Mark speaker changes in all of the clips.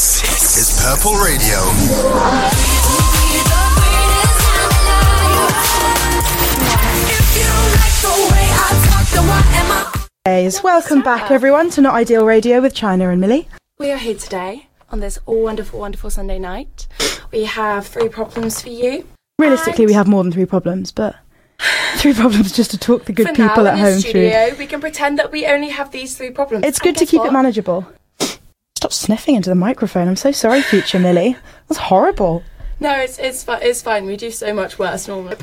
Speaker 1: This is Purple Radio.
Speaker 2: Guys, welcome back everyone to Not Ideal Radio with China and Millie.
Speaker 3: We are here today on this all wonderful, wonderful Sunday night. We have three problems for you.
Speaker 2: Realistically,
Speaker 3: And
Speaker 2: we have more than three problems, but three problems just to talk the good
Speaker 3: for
Speaker 2: people
Speaker 3: now
Speaker 2: at
Speaker 3: in the
Speaker 2: home through.
Speaker 3: studio, we can pretend that we only have these three problems.
Speaker 2: It's
Speaker 3: And
Speaker 2: good to
Speaker 3: guess
Speaker 2: keep
Speaker 3: what?
Speaker 2: it manageable. Stop sniffing into the microphone. I'm so sorry, future Millie. That's horrible.
Speaker 3: No, it's it's fi- it's fine. We do so much worse normally.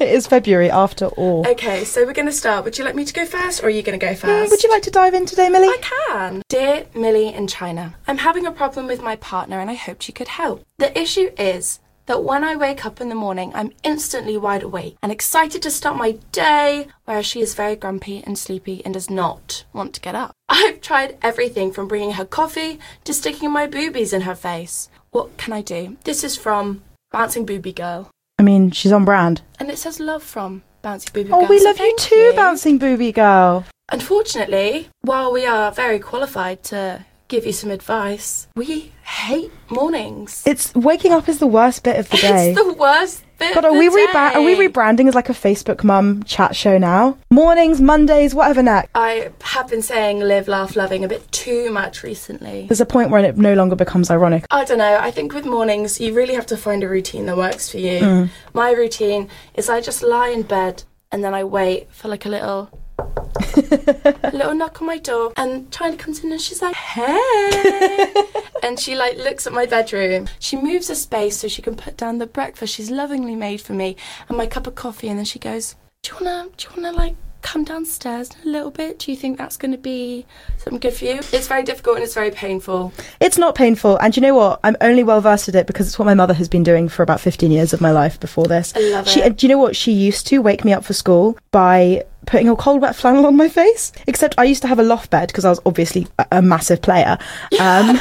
Speaker 2: It is February after all.
Speaker 3: Okay, so we're going to start. Would you like me to go first, or are you going to go
Speaker 2: Mm,
Speaker 3: first?
Speaker 2: Would you like to dive in today, Millie?
Speaker 3: I can. Dear Millie in China, I'm having a problem with my partner and I hoped you could help. The issue is that when I wake up in the morning, I'm instantly wide awake and excited to start my day, whereas she is very grumpy and sleepy and does not want to get up. I've tried everything from bringing her coffee to sticking my boobies in her face. What can I do? This is from Bouncing Boobie Girl.
Speaker 2: I mean, she's on brand.
Speaker 3: And it says love from Bouncy Boobie Girl.
Speaker 2: Oh, we
Speaker 3: so
Speaker 2: love you
Speaker 3: thank
Speaker 2: too, bouncing booby girl.
Speaker 3: Unfortunately, while we are very qualified to give you some advice, we hate mornings.
Speaker 2: It's waking up is the worst bit of the day.
Speaker 3: It's the worst bit.
Speaker 2: God,
Speaker 3: of
Speaker 2: are
Speaker 3: the
Speaker 2: we
Speaker 3: day.
Speaker 2: rebra- are we rebranding as like a Facebook mum chat show now? Mornings, Mondays, whatever next.
Speaker 3: I have been saying live, laugh, loving a bit too much recently.
Speaker 2: There's a point when it no longer becomes ironic.
Speaker 3: I don't know. I think with mornings, you really have to find a routine that works for you. My routine is I just lie in bed and then I wait for like a little. a little knock on my door and China comes in and she's like, "Hey!" and she like looks at my bedroom. She moves a space so she can put down the breakfast she's lovingly made for me and my cup of coffee. And then she goes, "Do you wanna? Do you wanna like come downstairs in a little bit? Do you think that's gonna be something good for you?" It's very difficult and it's very painful.
Speaker 2: It's not painful, and you know what? I'm only well versed at it because it's what my mother has been doing for about 15 years of my life before this.
Speaker 3: I love
Speaker 2: she,
Speaker 3: it.
Speaker 2: Do you know what? She used to wake me up for school by putting a cold wet flannel on my face. Except I used to have a loft bed because I was obviously a, a massive player, um,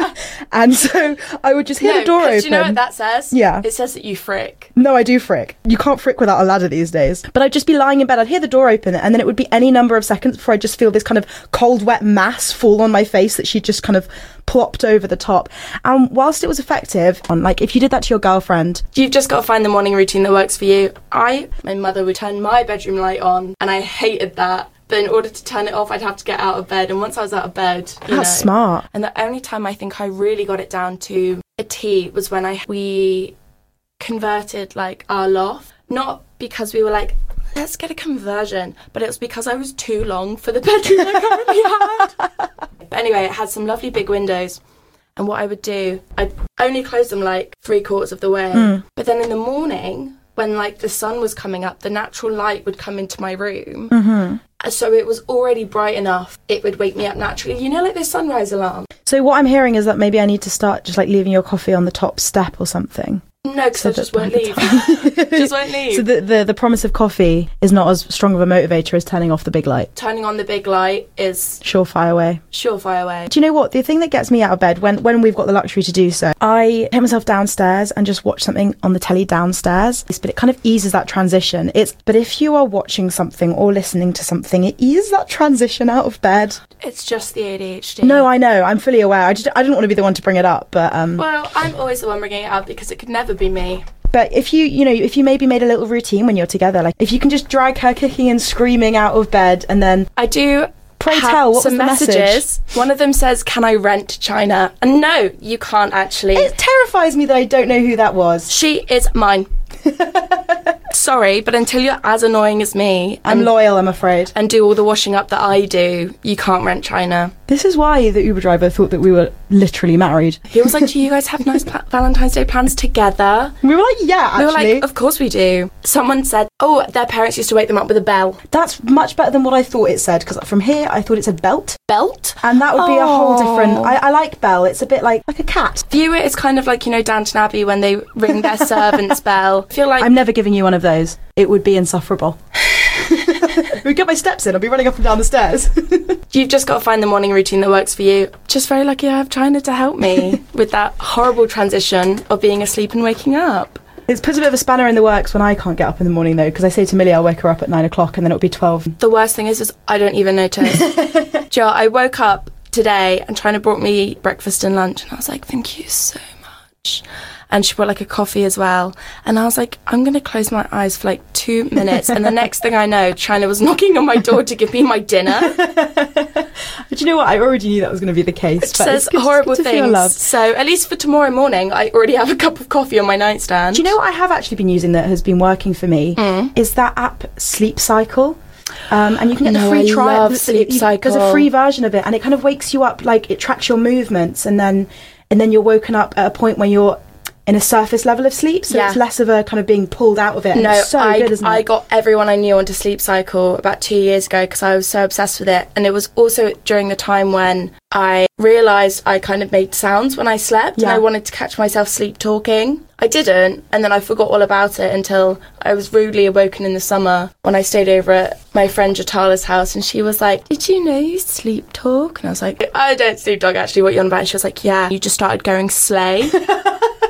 Speaker 2: and so I would just hear the door
Speaker 3: 'cause
Speaker 2: open.
Speaker 3: Do you know what that says?
Speaker 2: Yeah.
Speaker 3: It says that you frick.
Speaker 2: No, I do frick. You can't frick without a ladder these days. But I'd just be lying in bed, I'd hear the door open, and then it would be any number of seconds before I'd just feel this kind of cold, wet mass fall on my face that she just kind of plopped over the top. And whilst it was effective, on like if you did that to your girlfriend,
Speaker 3: You've just got to find the morning routine that works for you. I, my mother would turn my bedroom light on, and I hated that. But in order to turn it off, I'd have to get out of bed. And once I was out of bed, you
Speaker 2: That's
Speaker 3: know.
Speaker 2: smart.
Speaker 3: And the only time I think I really got it down to a T was when I we converted like our loft. Not because we were like, let's get a conversion, but it was because I was too long for the bedroom I currently had. But anyway, it had some lovely big windows. And what I would do, I'd only close them like three quarters of the way. But then in the morning, when like the sun was coming up, the natural light would come into my room. And So it was already bright enough. It would wake me up naturally. You know, like the sunrise alarm.
Speaker 2: So what I'm hearing is that maybe I need to start just like leaving your coffee on the top step or something.
Speaker 3: No, because I
Speaker 2: that
Speaker 3: just won't
Speaker 2: by the
Speaker 3: leave. just won't leave.
Speaker 2: So the, the the promise of coffee is not as strong of a motivator as turning off the big light.
Speaker 3: Turning on the big light is
Speaker 2: Surefire way.
Speaker 3: surefire way.
Speaker 2: Do you know what? The thing that gets me out of bed when, when we've got the luxury to do so, I take myself downstairs and just watch something on the telly downstairs. But it kind of eases that transition. It's but if you are watching something or listening to something, it eases that transition out of bed.
Speaker 3: It's just the ADHD.
Speaker 2: No, I know, I'm fully aware. I just I didn't want to be the one to bring it up, but um
Speaker 3: Well, I'm always the one bringing it up because it could never be me.
Speaker 2: but if you you know, if you maybe made a little routine when you're together, like if you can just drag her kicking and screaming out of bed and then
Speaker 3: I do.
Speaker 2: Pray
Speaker 3: have
Speaker 2: tell, what
Speaker 3: some
Speaker 2: was the message?
Speaker 3: messages. One of them says, "Can I rent China?" And no, you can't actually.
Speaker 2: it terrifies me that I don't know who that was.
Speaker 3: she is mine. Sorry, but until you're as annoying as me
Speaker 2: I'm
Speaker 3: and
Speaker 2: loyal, I'm afraid.
Speaker 3: and do all the washing up that I do, you can't rent China.
Speaker 2: This is why the Uber driver thought that we were literally married.
Speaker 3: He was like, "Do you guys have nice pla- Valentine's Day plans together?"
Speaker 2: We were like, yeah, actually.
Speaker 3: We were like, "Of course we do." Someone said, "Oh, their parents used to wake them up with a bell."
Speaker 2: That's much better than what I thought it said because from here I thought it said belt,
Speaker 3: Belt.
Speaker 2: and that would be a whole
Speaker 3: Oh.
Speaker 2: different. I, I like bell. It's a bit like like a cat.
Speaker 3: View it as kind of like you know Downton Abbey when they ring their servant's bell. I feel like
Speaker 2: I'm never giving you one of those. It would be insufferable. we get my steps in. I'll be running up and down the stairs.
Speaker 3: you've just got to find the morning routine that works for you. Just very lucky I have China to help me with that horrible transition of being asleep and waking up.
Speaker 2: it's put a bit of a spanner in the works when I can't get up in the morning though because I say to Millie I'll wake her up at nine o'clock and then it'll be twelve.
Speaker 3: The worst thing is, is I don't even notice. Joe, I woke up today and trying to brought me breakfast and lunch. And I was like, thank you so much. And she brought like a coffee as well. And I was like, I'm going to close my eyes for like two minutes. and the next thing I know, China was knocking on my door to give me my dinner.
Speaker 2: But you know what? I already knew that was going to be the case.
Speaker 3: It
Speaker 2: but
Speaker 3: says
Speaker 2: it's good- it's
Speaker 3: horrible
Speaker 2: good to feel
Speaker 3: things.
Speaker 2: loved.
Speaker 3: So at least for tomorrow morning, I already have a cup of coffee on my nightstand.
Speaker 2: Do you know what I have actually been using that has been working for me?
Speaker 3: Eh?
Speaker 2: Is that app Sleep Cycle. Um, and you can get the
Speaker 3: No,
Speaker 2: free
Speaker 3: I
Speaker 2: trial.
Speaker 3: love
Speaker 2: you-
Speaker 3: Sleep
Speaker 2: you- There's a
Speaker 3: Cycle.
Speaker 2: free version of it, and it kind of wakes you up. Like it tracks your movements, and then and then you're woken up at a point when you're in a surface level of sleep, so
Speaker 3: Yeah.
Speaker 2: it's less of a kind of being pulled out of it. and
Speaker 3: No,
Speaker 2: it's so
Speaker 3: I,
Speaker 2: good, isn't
Speaker 3: I
Speaker 2: it?
Speaker 3: got everyone I knew onto Sleep Cycle about two years ago because I was so obsessed with it. And it was also during the time when I realised I kind of made sounds when I slept and
Speaker 2: Yeah.
Speaker 3: I wanted to catch myself sleep talking. I didn't, and then I forgot all about it until I was rudely awoken in the summer when I stayed over at my friend Jatala's house and she was like, Did you know you sleep talk? And I was like, I don't sleep talk actually, what you on about? And she was like, Yeah, you just started going sleigh.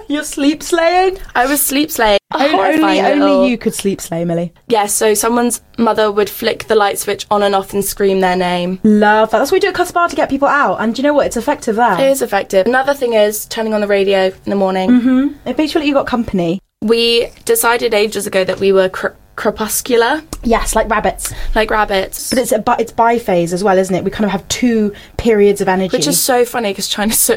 Speaker 2: You're sleep slaying.
Speaker 3: I was sleep sleigh.
Speaker 2: Only,
Speaker 3: Horrifying little-
Speaker 2: only you could sleep slay, Millie.
Speaker 3: yeah, so someone's mother would flick the light switch on and off and scream their name.
Speaker 2: Love that. That's what we do at Cuss Bar to get people out. And do you know what? It's effective there.
Speaker 3: It is effective. Another thing is turning on the radio in the morning.
Speaker 2: It makes sure that you got company.
Speaker 3: We decided ages ago that we were cre- crepuscular,
Speaker 2: Yes, like rabbits.
Speaker 3: like rabbits.
Speaker 2: But it's a bi- it's biphase as well, isn't it? We kind of have two periods of energy.
Speaker 3: which is so funny because China's so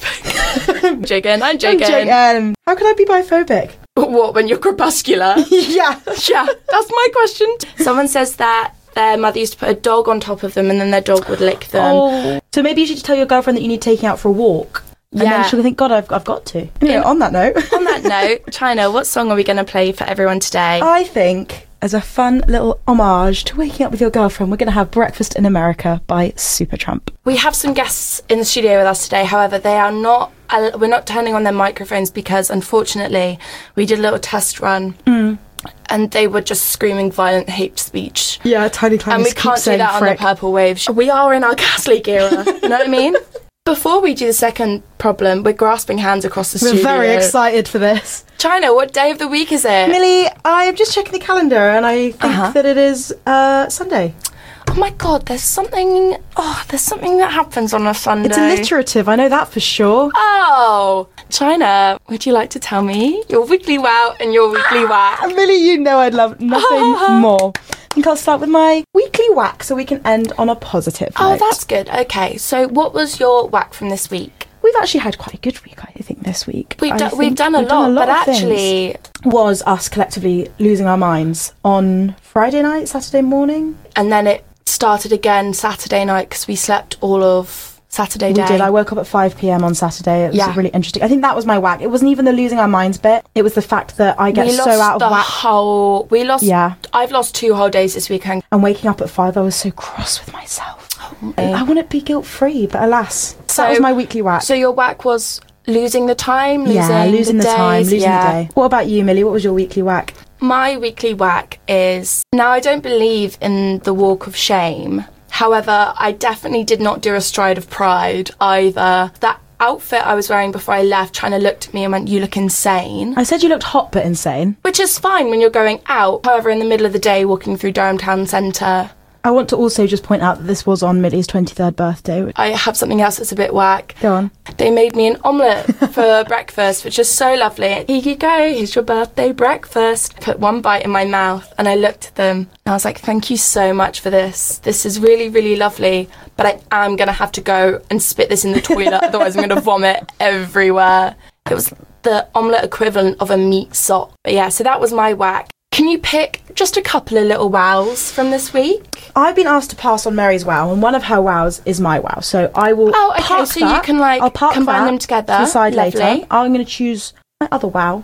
Speaker 3: biphobic. I'm joking, I'm
Speaker 2: I'm
Speaker 3: joking.
Speaker 2: joking. um, How could I be biphobic?
Speaker 3: What, when you're crepuscular?
Speaker 2: yeah.
Speaker 3: yeah, that's my question. Someone says that their mother used to put a dog on top of them and then their dog would lick them.
Speaker 2: Um, Oh. So maybe you should tell your girlfriend that you need taking out for a walk. And
Speaker 3: Yeah.
Speaker 2: then she'll think, God, I've, I've got to. Anyway, on that note,
Speaker 3: On that note, China, what song are we going to play for everyone today?
Speaker 2: I think as a fun little homage to waking up with your girlfriend, we're going to have Breakfast in America by Supertramp.
Speaker 3: We have some guests in the studio with us today. However, they are not. al- We're not turning on their microphones because, unfortunately, we did a little test run,
Speaker 2: Mm.
Speaker 3: and they were just screaming violent hate speech.
Speaker 2: Yeah, Tiny Clan
Speaker 3: and we can't do that on the purple wave. We are in our Gasleak era. you know what I mean? Before we do the second problem, we're grasping hands across the
Speaker 2: We're
Speaker 3: studio.
Speaker 2: very excited for this.
Speaker 3: China, what day of the week is it?
Speaker 2: Millie, I'm just checking the calendar and I think
Speaker 3: Uh-huh.
Speaker 2: that it is uh, Sunday.
Speaker 3: oh my God! There's something. Oh, there's something that happens on a Sunday.
Speaker 2: It's alliterative, I know that for sure.
Speaker 3: Oh, China, would you like to tell me your weekly wow and your weekly whack?
Speaker 2: And Millie, you know I'd love nothing more. I think I'll start with my weekly whack so we can end on a positive
Speaker 3: Oh,
Speaker 2: note.
Speaker 3: that's good. Okay, so what was your whack from this week?
Speaker 2: We've actually had quite a good week, I think, this week.
Speaker 3: We've,
Speaker 2: I
Speaker 3: do- we've
Speaker 2: think
Speaker 3: done a lot, but
Speaker 2: of things.
Speaker 3: actually,
Speaker 2: Was us collectively losing our minds on Friday night, Saturday morning?
Speaker 3: and then it started again Saturday night because we slept all of Saturday day.
Speaker 2: We did. I woke up at 5 p.m. on Saturday. It was
Speaker 3: Yeah.
Speaker 2: really interesting. I think that was my whack. It wasn't even the losing our minds bit. It was the fact that I get
Speaker 3: we
Speaker 2: so
Speaker 3: lost
Speaker 2: out
Speaker 3: the
Speaker 2: of whack
Speaker 3: whole. We lost.
Speaker 2: Yeah.
Speaker 3: I've lost two whole days this weekend.
Speaker 2: and waking up at 5 I was so cross with myself. I want to be guilt free, but alas, that was my weekly whack.
Speaker 3: Oh, So your whack was losing the time, losing,
Speaker 2: Uh, yeah, losing the,
Speaker 3: days,
Speaker 2: time, losing
Speaker 3: yeah.
Speaker 2: the day. What about you, Millie? What was your weekly whack?
Speaker 3: My weekly whack is now I don't believe in the walk of shame. However, I definitely did not do a stride of pride either. That outfit I was wearing before I left, China looked at me and went, You look insane.
Speaker 2: I said you looked hot but insane.
Speaker 3: Which is fine when you're going out. However, in the middle of the day, walking through Durham Town Centre,
Speaker 2: I want to also just point out that this was on Millie's 23rd birthday. which-
Speaker 3: I have something else that's a bit whack.
Speaker 2: Go on.
Speaker 3: They made me an omelette for breakfast, which is so lovely. Here you go, here's your birthday breakfast. I put one bite in my mouth and I looked at them and I was like, thank you so much for this. This is really, really lovely, but I am going to have to go and spit this in the toilet, otherwise, I'm going to vomit everywhere. It was the omelette equivalent of a meat sock. But yeah, so that was my whack. Can you pick just a couple of little wows from this week?
Speaker 2: I've been asked to pass on Mary's wow, and one of her wows is my wow. So I will.
Speaker 3: Oh, okay,
Speaker 2: park
Speaker 3: so you
Speaker 2: that.
Speaker 3: can, like,
Speaker 2: I'll park
Speaker 3: combine
Speaker 2: that
Speaker 3: them together.
Speaker 2: To the side later.
Speaker 3: Lovely.
Speaker 2: I'm going to choose my other wow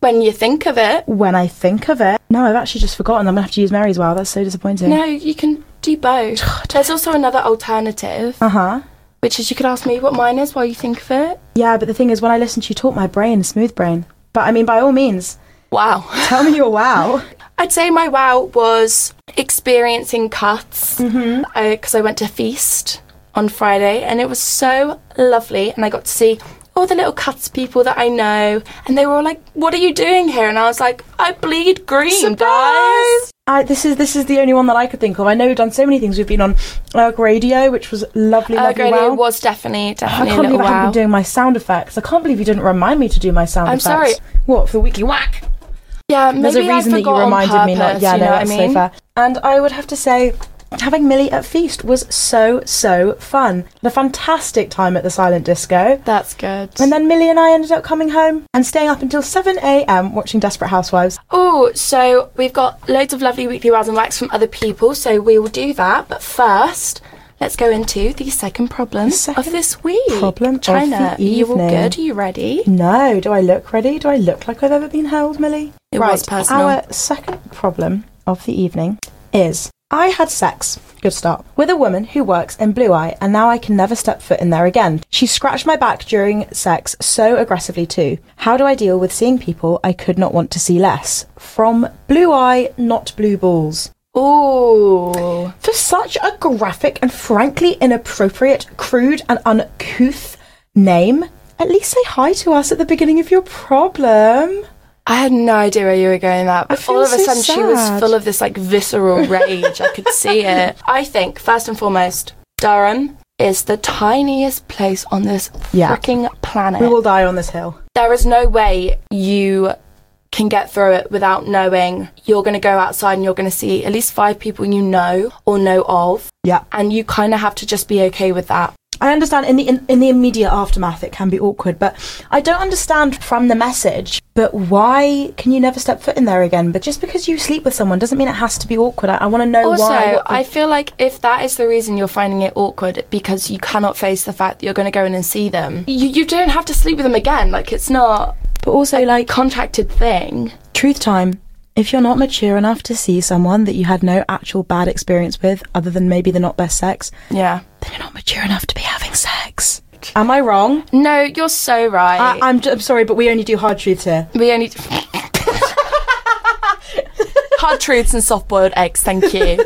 Speaker 3: When you think of it,
Speaker 2: when I think of it. No, I've actually just forgotten. I'm going to have to use Mary's wow. That's so disappointing.
Speaker 3: No, you can do both. There's also another alternative,
Speaker 2: Uh huh.
Speaker 3: which is you could ask me what mine is while you think of it.
Speaker 2: Yeah, but the thing is, when I listen to you talk, my brain is smooth brain. But I mean, by all means,
Speaker 3: Wow.
Speaker 2: tell me your wow.
Speaker 3: I'd say my wow was experiencing cuts because
Speaker 2: Mm-hmm.
Speaker 3: I went to feast on Friday and it was so lovely and I got to see all the little cuts people that I know and they were all like, "What are you doing here?" And I was like, "I bleed green, guys."
Speaker 2: I, this is this is the only one that I could think of. I know we've done so many things. We've been on Erg Radio, which was lovely,
Speaker 3: Uh,
Speaker 2: lovely.
Speaker 3: Grady,
Speaker 2: wow. Oh,
Speaker 3: it was definitely,
Speaker 2: I
Speaker 3: definitely
Speaker 2: can't
Speaker 3: a little
Speaker 2: believe I haven't
Speaker 3: wow.
Speaker 2: been doing my sound effects. I can't believe you didn't remind me to do my sound
Speaker 3: I'm
Speaker 2: effects.
Speaker 3: sorry.
Speaker 2: What for the weekly whack?
Speaker 3: Yeah, maybe
Speaker 2: There's a reason
Speaker 3: I
Speaker 2: that
Speaker 3: forgot
Speaker 2: you
Speaker 3: on
Speaker 2: reminded me not.
Speaker 3: purpose,
Speaker 2: Yeah,
Speaker 3: you
Speaker 2: no,
Speaker 3: know what
Speaker 2: that's
Speaker 3: I mean?
Speaker 2: so fair. And I would have to say, having Millie at Feast was so so fun. The fantastic time at the Silent Disco.
Speaker 3: That's good.
Speaker 2: And then Millie and I ended up coming home and staying up until 7 a.m. watching Desperate Housewives.
Speaker 3: Oh, so we've got loads of lovely weekly wows and whacks from other people, so we will do that. But first, let's go into the second problem
Speaker 2: second
Speaker 3: of this week.
Speaker 2: problem of
Speaker 3: China,
Speaker 2: the
Speaker 3: you all
Speaker 2: evening.
Speaker 3: good? Are you ready?
Speaker 2: No, do I look ready? Do I look like I've ever been held, Millie?
Speaker 3: It
Speaker 2: right,
Speaker 3: was personal.
Speaker 2: Our second problem of the evening is I had sex, good start, with a woman who works in Blue Eye, and now I can never step foot in there again. She scratched my back during sex so aggressively, too. How do I deal with seeing people I could not want to see less? From Blue Eye, not Blue Balls.
Speaker 3: Oh,
Speaker 2: For such a graphic and frankly inappropriate, crude, and uncouth name, at least say hi to us at the beginning of your problem.
Speaker 3: I had no idea where you were going with that. But
Speaker 2: feel
Speaker 3: all of
Speaker 2: so
Speaker 3: a sudden, she was
Speaker 2: sad.
Speaker 3: full of this like visceral rage. I could see it. I think first and foremost, Durham is the tiniest place on this
Speaker 2: Yeah.
Speaker 3: freaking planet.
Speaker 2: We will die on this hill.
Speaker 3: there is no way you can get through it without knowing you're going to go outside and you're going to see at least five people you know or know of
Speaker 2: Yeah.
Speaker 3: and you kind of have to just be okay with that
Speaker 2: I understand in the in, in the immediate aftermath it can be awkward, but I don't understand from the message. But why can you never step foot in there again? But just because you sleep with someone doesn't mean it has to be awkward. I, I want to know
Speaker 3: also
Speaker 2: why. what the-
Speaker 3: i feel like if that is the reason you're finding it awkward because you cannot face the fact that you're going to go in and see them you, you don't have to sleep with them again like it's not
Speaker 2: but also
Speaker 3: a
Speaker 2: like
Speaker 3: contracted thing
Speaker 2: truth time. If you're not mature enough to see someone that you had no actual bad experience with, other than maybe the not best sex,
Speaker 3: yeah
Speaker 2: then you're not mature enough to be having sex. Am I wrong?
Speaker 3: no you're so right
Speaker 2: I, I'm, j- I'm sorry, but we only do hard truths here.
Speaker 3: We only. Hard truths and soft boiled eggs, thank you.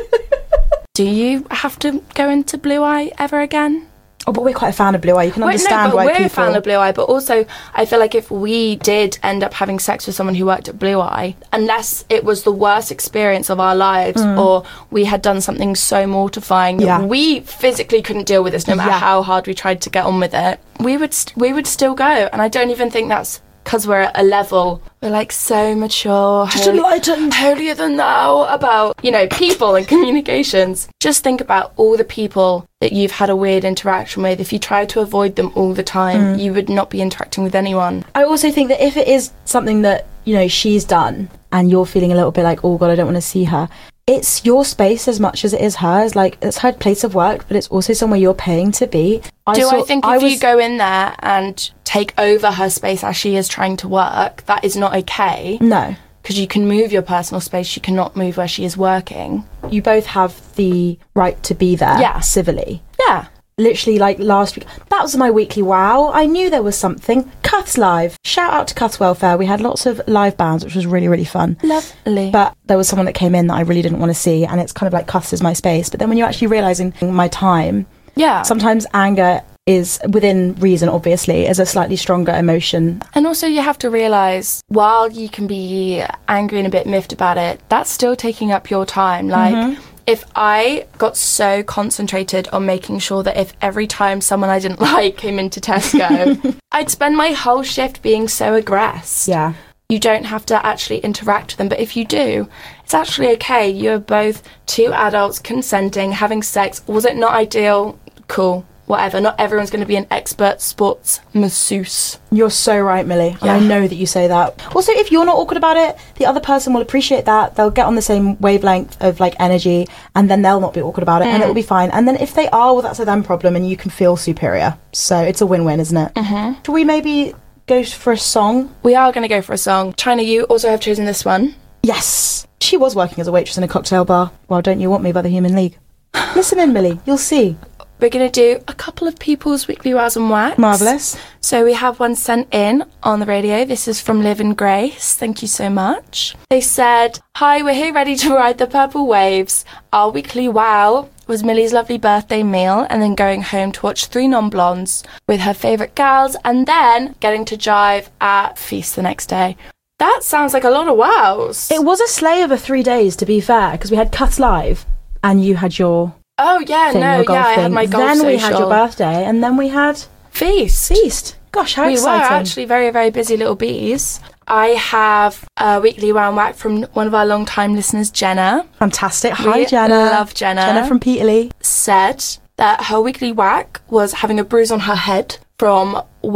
Speaker 3: Do you have to go into Blue Eye ever again?
Speaker 2: Oh, but we're quite a fan of Blue Eye. You can
Speaker 3: Wait, no,
Speaker 2: understand
Speaker 3: but
Speaker 2: why
Speaker 3: we're
Speaker 2: people.
Speaker 3: a fan of Blue Eye, but also I feel like if we did end up having sex with someone who worked at Blue Eye, unless it was the worst experience of our lives or we had done something so mortifying
Speaker 2: Mm. Yeah.
Speaker 3: that we physically couldn't deal with this, no matter
Speaker 2: Yeah.
Speaker 3: how hard we tried to get on with it, we would st- we would still go. And I don't even think that's because we're at a level we're like so mature,
Speaker 2: Just
Speaker 3: holy-
Speaker 2: enlightened.
Speaker 3: holier than thou about, you know, people and communications. Just think about all the people that you've had a weird interaction with. If you tried to avoid them all the time, you would not be interacting with anyone.
Speaker 2: I also think that if it is something that, you know, she's done and you're feeling a little bit like, oh God, I don't want to see her, it's your space as much as it is hers. Like, it's her place of work, but it's also somewhere you're paying to be. I
Speaker 3: Do I
Speaker 2: saw-
Speaker 3: think if you go in there and take over her space as she is trying to work, that is not okay?
Speaker 2: No.
Speaker 3: Because you can move your personal space, you cannot move where she is working.
Speaker 2: You both have the right to be there
Speaker 3: Yeah.
Speaker 2: civilly.
Speaker 3: Yeah.
Speaker 2: Literally, like last week, that was my weekly wow. I knew there was something. Cuths Live. Shout out to Cuths Welfare. We had lots of live bands, which was really, really fun.
Speaker 3: Lovely.
Speaker 2: But there was someone that came in that I really didn't want to see, and it's kind of like Cuths is my space. But then when you're actually realizing my time,
Speaker 3: yeah.
Speaker 2: sometimes anger is within reason obviously is a slightly stronger emotion
Speaker 3: And also, you have to realize while you can be angry and a bit miffed about it, that's still taking up your time. Like, if I got so concentrated on making sure that if every time someone I didn't like came into Tesco, I'd spend my whole shift being so aggressed.
Speaker 2: yeah
Speaker 3: You don't have to actually interact with them, but if you do, it's actually okay. You're both two adults consenting, having sex. Was it not ideal? Cool. Whatever. Not everyone's going to be an expert sports masseuse.
Speaker 2: you're so right millie and i
Speaker 3: Yeah.
Speaker 2: know that you say that also if you're not awkward about it the other person will appreciate that they'll get on the same wavelength of like energy and then they'll not be awkward about it and it'll be fine and then if they are well that's a them problem and you can feel superior so it's a win-win isn't it mm-hmm. should we maybe go for a song
Speaker 3: We are going to go for a song. China, you also have chosen this one.
Speaker 2: yes she was working as a waitress in a cocktail bar well don't you want me by the human league listen in millie you'll see
Speaker 3: We're going to do a couple of people's weekly wows and whacks.
Speaker 2: marvelous
Speaker 3: So we have one sent in on the radio. This is from Liv and Grace. Thank you so much. They said, Hi, we're here ready to ride the purple waves. Our weekly wow was Millie's lovely birthday meal and then going home to watch Three Non Blondes with her favourite gals and then getting to jive at Feast the next day. That sounds like a lot of wows.
Speaker 1: It was a slay over three days, to be fair, because we had Cuss Live and you had your
Speaker 3: oh yeah,
Speaker 1: thing,
Speaker 3: no,
Speaker 1: your golf
Speaker 3: yeah, I
Speaker 1: thing.
Speaker 3: had my golf
Speaker 1: then we had
Speaker 3: social.
Speaker 1: your birthday, and then we had
Speaker 3: feast.
Speaker 1: Feast. Gosh, how
Speaker 3: we
Speaker 1: exciting!
Speaker 3: were actually very, very busy little bees. I have a weekly round whack from one of our long-time listeners, Jenna,
Speaker 2: Fantastic. Hi,
Speaker 3: We
Speaker 2: Jenna.
Speaker 3: love Jenna.
Speaker 2: Jenna from Peterlee.
Speaker 3: said that her weekly whack was having a bruise on her head from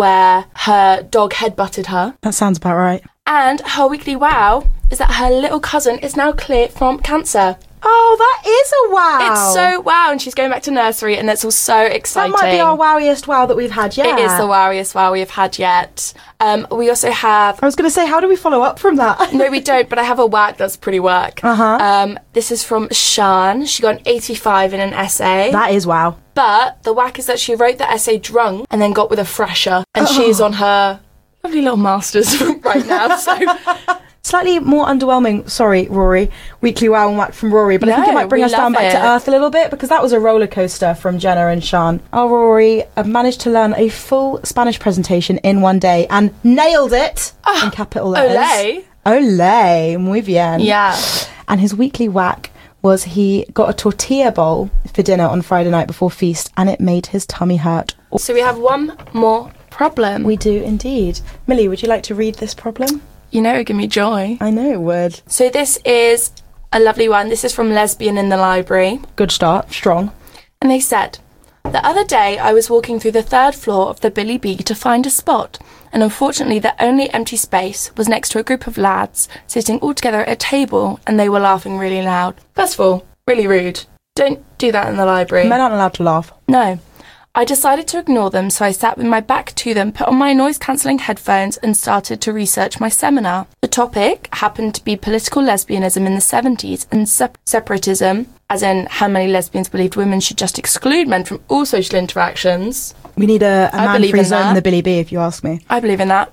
Speaker 3: where her dog headbutted her.
Speaker 2: That sounds about right.
Speaker 3: And her weekly wow is that her little cousin is now clear from cancer.
Speaker 2: Oh, that is a wow.
Speaker 3: It's so wow, and she's going back to nursery, and it's all so
Speaker 2: That
Speaker 3: exciting.
Speaker 2: might be our wowiest wow that we've had yet.
Speaker 3: It is the wowiest wow we have had yet. Um, we also have
Speaker 2: I was going to say, how do we follow up from that?
Speaker 3: no, we don't, but I have a whack that's pretty whack. Uh huh. Um, this is from Shan. She got an 85 in an essay,
Speaker 2: that is wow.
Speaker 3: but the whack is that she wrote the essay drunk and then got with a fresher, and she's on her lovely little masters right now. So
Speaker 2: Slightly more underwhelming, sorry, Rory, weekly wow and whack from Rory, but I think it
Speaker 3: No,
Speaker 2: might bring
Speaker 3: we
Speaker 2: us down
Speaker 3: love
Speaker 2: back to
Speaker 3: it.
Speaker 2: earth a little bit because that was a roller coaster from Jenna and Sean. Our Rory have managed to learn a full Spanish presentation in one day and nailed it
Speaker 3: Ah,
Speaker 2: in capital letters.
Speaker 3: Olay.
Speaker 2: Olay, muy bien.
Speaker 3: yeah,
Speaker 2: And his weekly whack was he got a tortilla bowl for dinner on Friday night before feast and it made his tummy hurt.
Speaker 3: so we have one more problem.
Speaker 2: We do indeed. Millie, would you like to read this problem?
Speaker 3: you know, give me joy.
Speaker 2: I know, word.
Speaker 3: So this is a lovely one. This is from Lesbian in the Library.
Speaker 2: Good start, strong.
Speaker 3: And they said, The other day I was walking through the third floor of the Billy Bee to find a spot, and unfortunately the only empty space was next to a group of lads sitting all together at a table and they were laughing really loud. First of all, really rude. Don't do that in the library.
Speaker 2: Men aren't allowed to laugh.
Speaker 3: No. I decided to ignore them, so I sat with my back to them, put on my noise cancelling headphones, and started to research my seminar. The topic happened to be political lesbianism in the 70s and sep- separatism, as in how many lesbians believed women should just exclude men from all social interactions.
Speaker 2: We need a, a
Speaker 3: I
Speaker 2: man
Speaker 3: believe
Speaker 2: free
Speaker 3: in
Speaker 2: zone in
Speaker 3: that.
Speaker 2: the Billy B, if you ask me.
Speaker 3: I believe in that.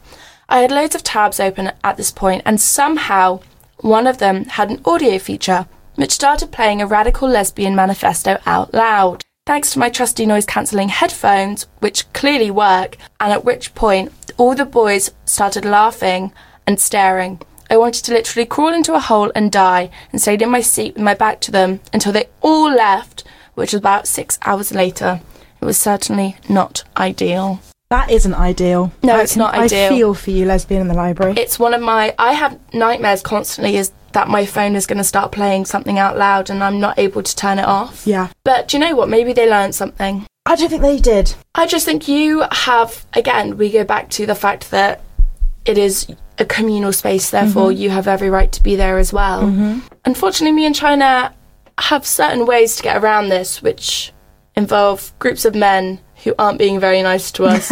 Speaker 3: I had loads of tabs open at this point, and somehow one of them had an audio feature which started playing a radical lesbian manifesto out loud. Thanks to my trusty noise cancelling headphones, which clearly work, and at which point all the boys started laughing and staring. I wanted to literally crawl into a hole and die, and stayed in my seat with my back to them until they all left, which was about six hours later. It was certainly not ideal.
Speaker 2: That isn't ideal.
Speaker 3: No,
Speaker 2: I
Speaker 3: it's not
Speaker 2: I
Speaker 3: ideal.
Speaker 2: feel for you, lesbian in the library.
Speaker 3: it's one of my I have nightmares constantly is that my phone is going to start playing something out loud and I'm not able to turn it off.
Speaker 2: yeah.
Speaker 3: But do you know what? Maybe they learned something.
Speaker 2: I don't think they did.
Speaker 3: I just think you have again we go back to the fact that it is a communal space therefore you have every right to be there as well. Unfortunately me and China have certain ways to get around this which involve groups of men who aren't being very nice to us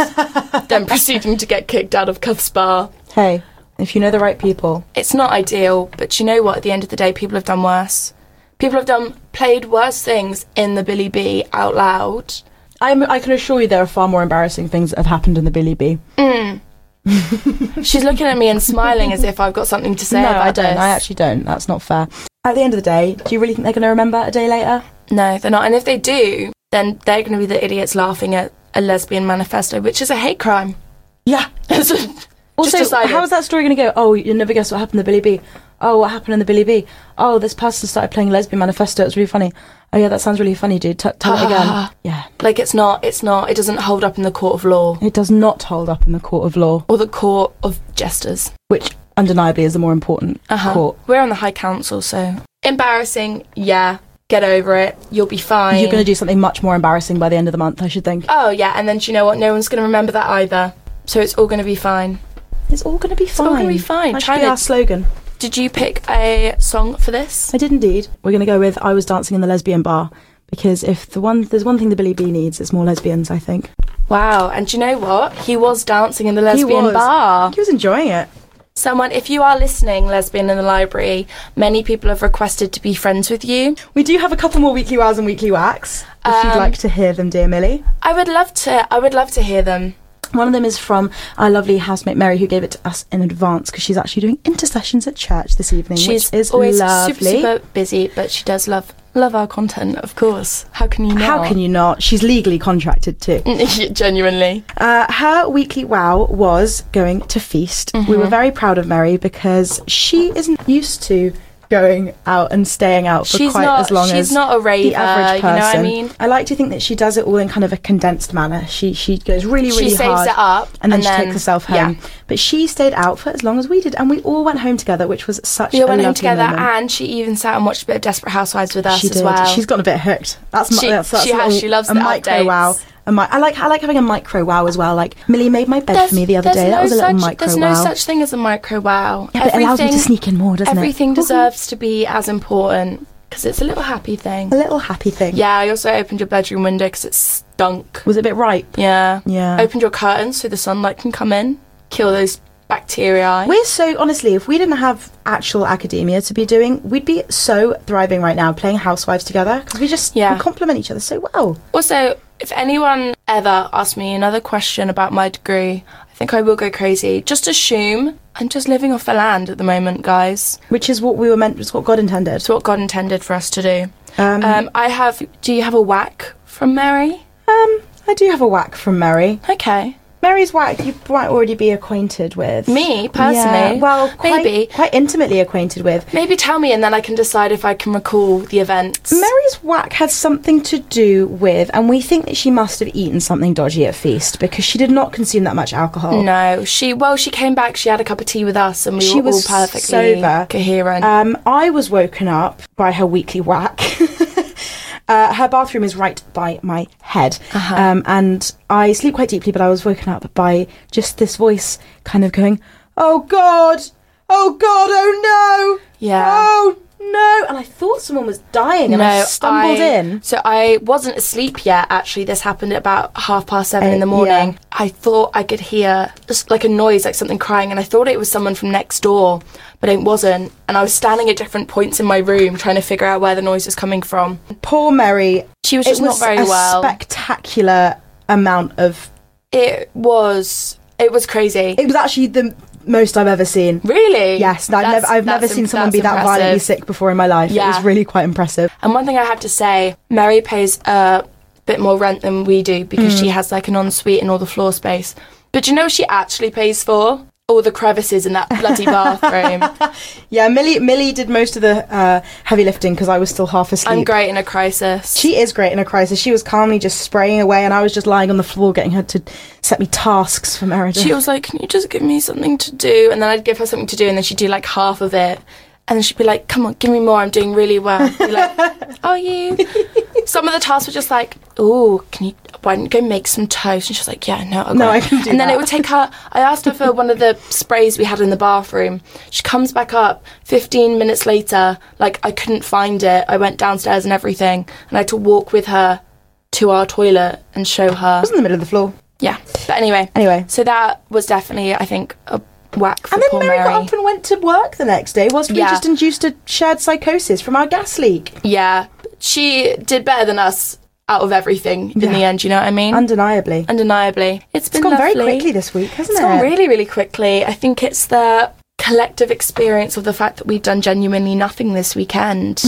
Speaker 3: then proceeding to get kicked out of Cuff's bar.
Speaker 2: Hey, if you know the right people.
Speaker 3: it's not ideal, but you know what? At the end of the day, people have done worse. People have done played worse things in the Billy B out loud.
Speaker 2: I'm, I can assure you there are far more embarrassing things that have happened in the Billy B.
Speaker 3: She's looking at me and smiling as if I've got something to say
Speaker 2: no,
Speaker 3: about
Speaker 2: I don't.
Speaker 3: this.
Speaker 2: I actually don't. That's not fair. At the end of the day, do you really think they're going to remember a day later?
Speaker 3: no, they're not. And if they do, then they're going to be the idiots laughing at a lesbian manifesto, which is a hate crime.
Speaker 2: Yeah.
Speaker 3: Just
Speaker 2: Also,
Speaker 3: decided.
Speaker 2: how is that story going to go? Oh, you'll never guess what happened to Billy B. Oh, what happened in the Billy B? Oh, this person started playing Lesbian Manifesto. It's really funny. Oh, yeah, that sounds really funny, dude. T- tell it again. Yeah.
Speaker 3: like it's not. It's not. It doesn't hold up in the court of law
Speaker 2: It does not hold up in the court of law,
Speaker 3: or the court of jesters.
Speaker 2: which undeniably is the more important
Speaker 3: Uh-huh.
Speaker 2: court.
Speaker 3: We're on the High Council, so embarrassing. Yeah, get over it. You'll be fine.
Speaker 2: You're going to do something much more embarrassing by the end of the month, I should think.
Speaker 3: Oh yeah, and then do you know what? No one's going to remember that either. So it's all going to be fine.
Speaker 2: It's all going to be fine.
Speaker 3: all gonna be fine.
Speaker 2: That should be
Speaker 3: China-
Speaker 2: our slogan.
Speaker 3: Did you pick a song for this?
Speaker 2: I did indeed. We're going to go with I was dancing in the lesbian bar because if the one there's one thing the Billy B needs, it's more lesbians, I think.
Speaker 3: Wow, and do you know what? He was dancing in the lesbian
Speaker 2: was.
Speaker 3: bar.
Speaker 2: He was enjoying it.
Speaker 3: Someone, if you are listening, lesbian in the library, many people have requested to be friends with you.
Speaker 2: We do have a couple more weekly wows and weekly whacks. If you'd
Speaker 3: Um,
Speaker 2: like to hear them, dear Millie.
Speaker 3: I would love to. I would love to hear them.
Speaker 2: One of them is from our lovely housemate Mary, who gave it to us in advance because she's actually doing intercessions at church this evening,
Speaker 3: She's
Speaker 2: which is
Speaker 3: always
Speaker 2: lovely.
Speaker 3: super, super busy, but she does love Love our content, of course. How can you not?
Speaker 2: How can you not? She's legally contracted too.
Speaker 3: Genuinely.
Speaker 2: Uh, her weekly wow was going to feast. We
Speaker 3: Mm-hmm.
Speaker 2: were very proud of Mary because she isn't used to going out and staying out for
Speaker 3: She's
Speaker 2: quite
Speaker 3: not-
Speaker 2: as long
Speaker 3: she's
Speaker 2: as
Speaker 3: not a
Speaker 2: the average
Speaker 3: raver, you know what I
Speaker 2: person.
Speaker 3: mean?
Speaker 2: I like to think that she does it all in kind of a condensed manner. She she goes really
Speaker 3: She
Speaker 2: really
Speaker 3: saves
Speaker 2: hard
Speaker 3: it up
Speaker 2: and then
Speaker 3: and
Speaker 2: she
Speaker 3: then-
Speaker 2: takes herself
Speaker 3: yeah.
Speaker 2: home. But she stayed out for as long as we did, and we all went home together, which was such
Speaker 3: We
Speaker 2: a
Speaker 3: all went home
Speaker 2: lovely
Speaker 3: together,
Speaker 2: moment.
Speaker 3: and she even sat and watched a bit of Desperate Housewives with us
Speaker 2: she
Speaker 3: as
Speaker 2: did.
Speaker 3: well.
Speaker 2: She's gotten a bit hooked. That's my,
Speaker 3: She-
Speaker 2: that's, that's
Speaker 3: she
Speaker 2: a
Speaker 3: has.
Speaker 2: little-
Speaker 3: She loves
Speaker 2: a
Speaker 3: the
Speaker 2: micro
Speaker 3: updates.
Speaker 2: wow. A mi- I like I like having a micro wow as well. Like Millie made my bed for me the other
Speaker 3: there's
Speaker 2: day. that
Speaker 3: no
Speaker 2: was a little
Speaker 3: such,
Speaker 2: micro
Speaker 3: There's
Speaker 2: wow.
Speaker 3: no such thing as a micro wow.
Speaker 2: Yeah, but it allows me to sneak in more, doesn't it?
Speaker 3: everything
Speaker 2: Woohoo.
Speaker 3: deserves to be as important because it's a little happy thing.
Speaker 2: a little happy thing.
Speaker 3: Yeah, I also opened your bedroom window because it stunk.
Speaker 2: Was it a bit ripe?
Speaker 3: Yeah.
Speaker 2: Yeah.
Speaker 3: Opened your curtains so the sunlight can come in, kill those bacteria.
Speaker 2: We're so honestly, if we didn't have actual academia to be doing, we'd be so thriving right now playing housewives together because we just
Speaker 3: Yeah.
Speaker 2: we complement each other so well.
Speaker 3: Also, if anyone ever asks me another question about my degree, I think I will go crazy. Just assume I'm just living off the land at the moment, guys.
Speaker 2: Which is what we were meant. It's what God intended.
Speaker 3: It's what God intended for us to do.
Speaker 2: Um,
Speaker 3: Um, I have. Do you have a whack from Mary?
Speaker 2: um, I do have a whack from Mary.
Speaker 3: Okay.
Speaker 2: Mary's whack you might already be acquainted with.
Speaker 3: Me,
Speaker 2: Yeah,
Speaker 3: personally?
Speaker 2: well, quite,
Speaker 3: Maybe.
Speaker 2: quite intimately acquainted with.
Speaker 3: Maybe tell me, and then I can decide if I can recall the events.
Speaker 2: Mary's whack had something to do with, and we think that she must have eaten something dodgy at feast because she did not consume that much alcohol.
Speaker 3: no, she. Well, she came back. She had a cup of tea with us, and we
Speaker 2: She
Speaker 3: were
Speaker 2: was
Speaker 3: all perfectly
Speaker 2: sober.
Speaker 3: coherent.
Speaker 2: Um, I was woken up by her weekly whack. uh, her bathroom is right by my head,
Speaker 3: Uh-huh.
Speaker 2: um, and I sleep quite deeply. But I was woken up by just this voice, kind of going, "Oh God, oh God, oh no,
Speaker 3: Yeah.
Speaker 2: oh no!" And I thought someone was dying, and I stumbled
Speaker 3: I-
Speaker 2: in.
Speaker 3: So I wasn't asleep yet. Actually, this happened at about half past seven
Speaker 2: Eh,
Speaker 3: in the morning.
Speaker 2: yeah.
Speaker 3: I thought I could hear just like a noise, like something crying, and I thought it was someone from next door, but it wasn't. And I was standing at different points in my room trying to figure out where the noise was coming from.
Speaker 2: Poor Mary.
Speaker 3: She was
Speaker 2: It
Speaker 3: just
Speaker 2: was
Speaker 3: not very
Speaker 2: a
Speaker 3: well.
Speaker 2: spectacular amount of.
Speaker 3: it was. It was crazy.
Speaker 2: It was actually the most I've ever seen.
Speaker 3: really?
Speaker 2: Yes, I've
Speaker 3: That's-
Speaker 2: never, I've never
Speaker 3: that's
Speaker 2: seen
Speaker 3: im-
Speaker 2: someone be
Speaker 3: that's
Speaker 2: that violently
Speaker 3: impressive.
Speaker 2: sick before in my life. It
Speaker 3: Yeah.
Speaker 2: was really quite impressive.
Speaker 3: And one thing I have to say, Mary pays a bit more rent than we do because she has like an ensuite and all the floor space. But do you know what she actually pays for? All the crevices in that bloody bathroom.
Speaker 2: Yeah, Millie Millie did most of the uh, heavy lifting because I was still half asleep.
Speaker 3: I'm great in a crisis.
Speaker 2: She is great in a crisis. She was calmly just spraying away, and I was just lying on the floor getting her to set me tasks for Meredith.
Speaker 3: she was like, Can you just give me something to do? And then I'd give her something to do, and then she'd do like half of it. And then she'd be like, Come on, give me more. I'm doing really well. I'd be like, Are you? Some of the tasks were just like, Oh, can you, why don't you go make some toast? And she was like, Yeah, no, I'll
Speaker 2: No,
Speaker 3: go."
Speaker 2: I can do
Speaker 3: And then
Speaker 2: that.
Speaker 3: it would take her, I asked her for one of the sprays we had in the bathroom. She comes back up 15 minutes later, like, I couldn't find it. I went downstairs and everything, and I had to walk with her to our toilet and show her.
Speaker 2: was in the middle of the floor.
Speaker 3: Yeah. But anyway.
Speaker 2: Anyway.
Speaker 3: So that was definitely, I think, a whack for
Speaker 2: And then
Speaker 3: poor
Speaker 2: Mary,
Speaker 3: Mary.
Speaker 2: got up and went to work the next day, whilst we
Speaker 3: Yeah.
Speaker 2: just induced a shared psychosis from our gas leak.
Speaker 3: yeah. She did better than us out of everything in the
Speaker 2: Yeah.
Speaker 3: end, you know what I mean?
Speaker 2: Undeniably.
Speaker 3: Undeniably.
Speaker 2: it's
Speaker 3: been
Speaker 2: gone very
Speaker 3: lovely.
Speaker 2: quickly this week, hasn't
Speaker 3: It's
Speaker 2: it?
Speaker 3: gone really, really quickly. I think it's the collective experience of the fact that we've done genuinely nothing this weekend.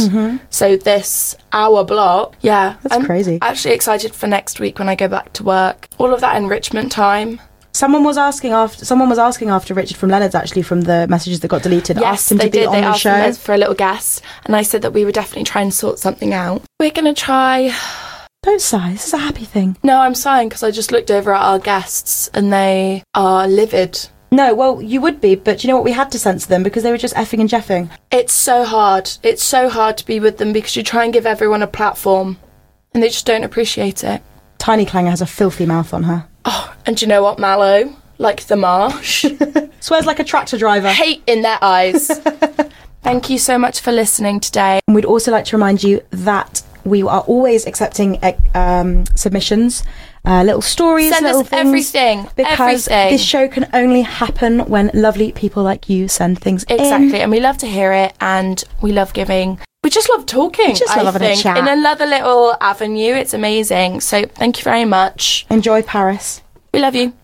Speaker 3: So this hour block, yeah,
Speaker 2: Mm-hmm. That's crazy.
Speaker 3: Actually, excited for next week when I go back to work. All of that enrichment time.
Speaker 2: Someone was asking after someone was asking after Richard from Leonard's actually from the messages that got deleted. asked him
Speaker 3: they
Speaker 2: to be
Speaker 3: did.
Speaker 2: on
Speaker 3: they
Speaker 2: the
Speaker 3: asked
Speaker 2: show.
Speaker 3: me for a little guest, and I said that we would definitely try and sort something out. We're gonna try.
Speaker 2: Don't sigh. This is a happy thing.
Speaker 3: No, I'm sighing because I just looked over at our guests, and they are livid.
Speaker 2: No, well, you would be, but you know what? We had to censor them because they were just effing and jeffing.
Speaker 3: It's so hard. It's so hard to be with them because you try and give everyone a platform, and they just don't appreciate it.
Speaker 2: Tiny Clanger has a filthy mouth on her.
Speaker 3: Oh, and do you know what, Mallow? Like the marsh,
Speaker 2: Swears like a tractor driver.
Speaker 3: hate in their eyes. Thank you so much for listening today.
Speaker 2: And we'd also like to remind you that we are always accepting eh, um, submissions, uh, little stories,
Speaker 3: Send
Speaker 2: little
Speaker 3: us
Speaker 2: things.
Speaker 3: everything,
Speaker 2: Because
Speaker 3: everything.
Speaker 2: this show can only happen when lovely people like you send things in.
Speaker 3: Exactly, and we love to hear it, and we love giving. We just love talking.
Speaker 2: just
Speaker 3: I
Speaker 2: love having a
Speaker 3: think,
Speaker 2: chat.
Speaker 3: in another little avenue. It's amazing. So thank you very much.
Speaker 2: Enjoy Paris.
Speaker 3: We love you.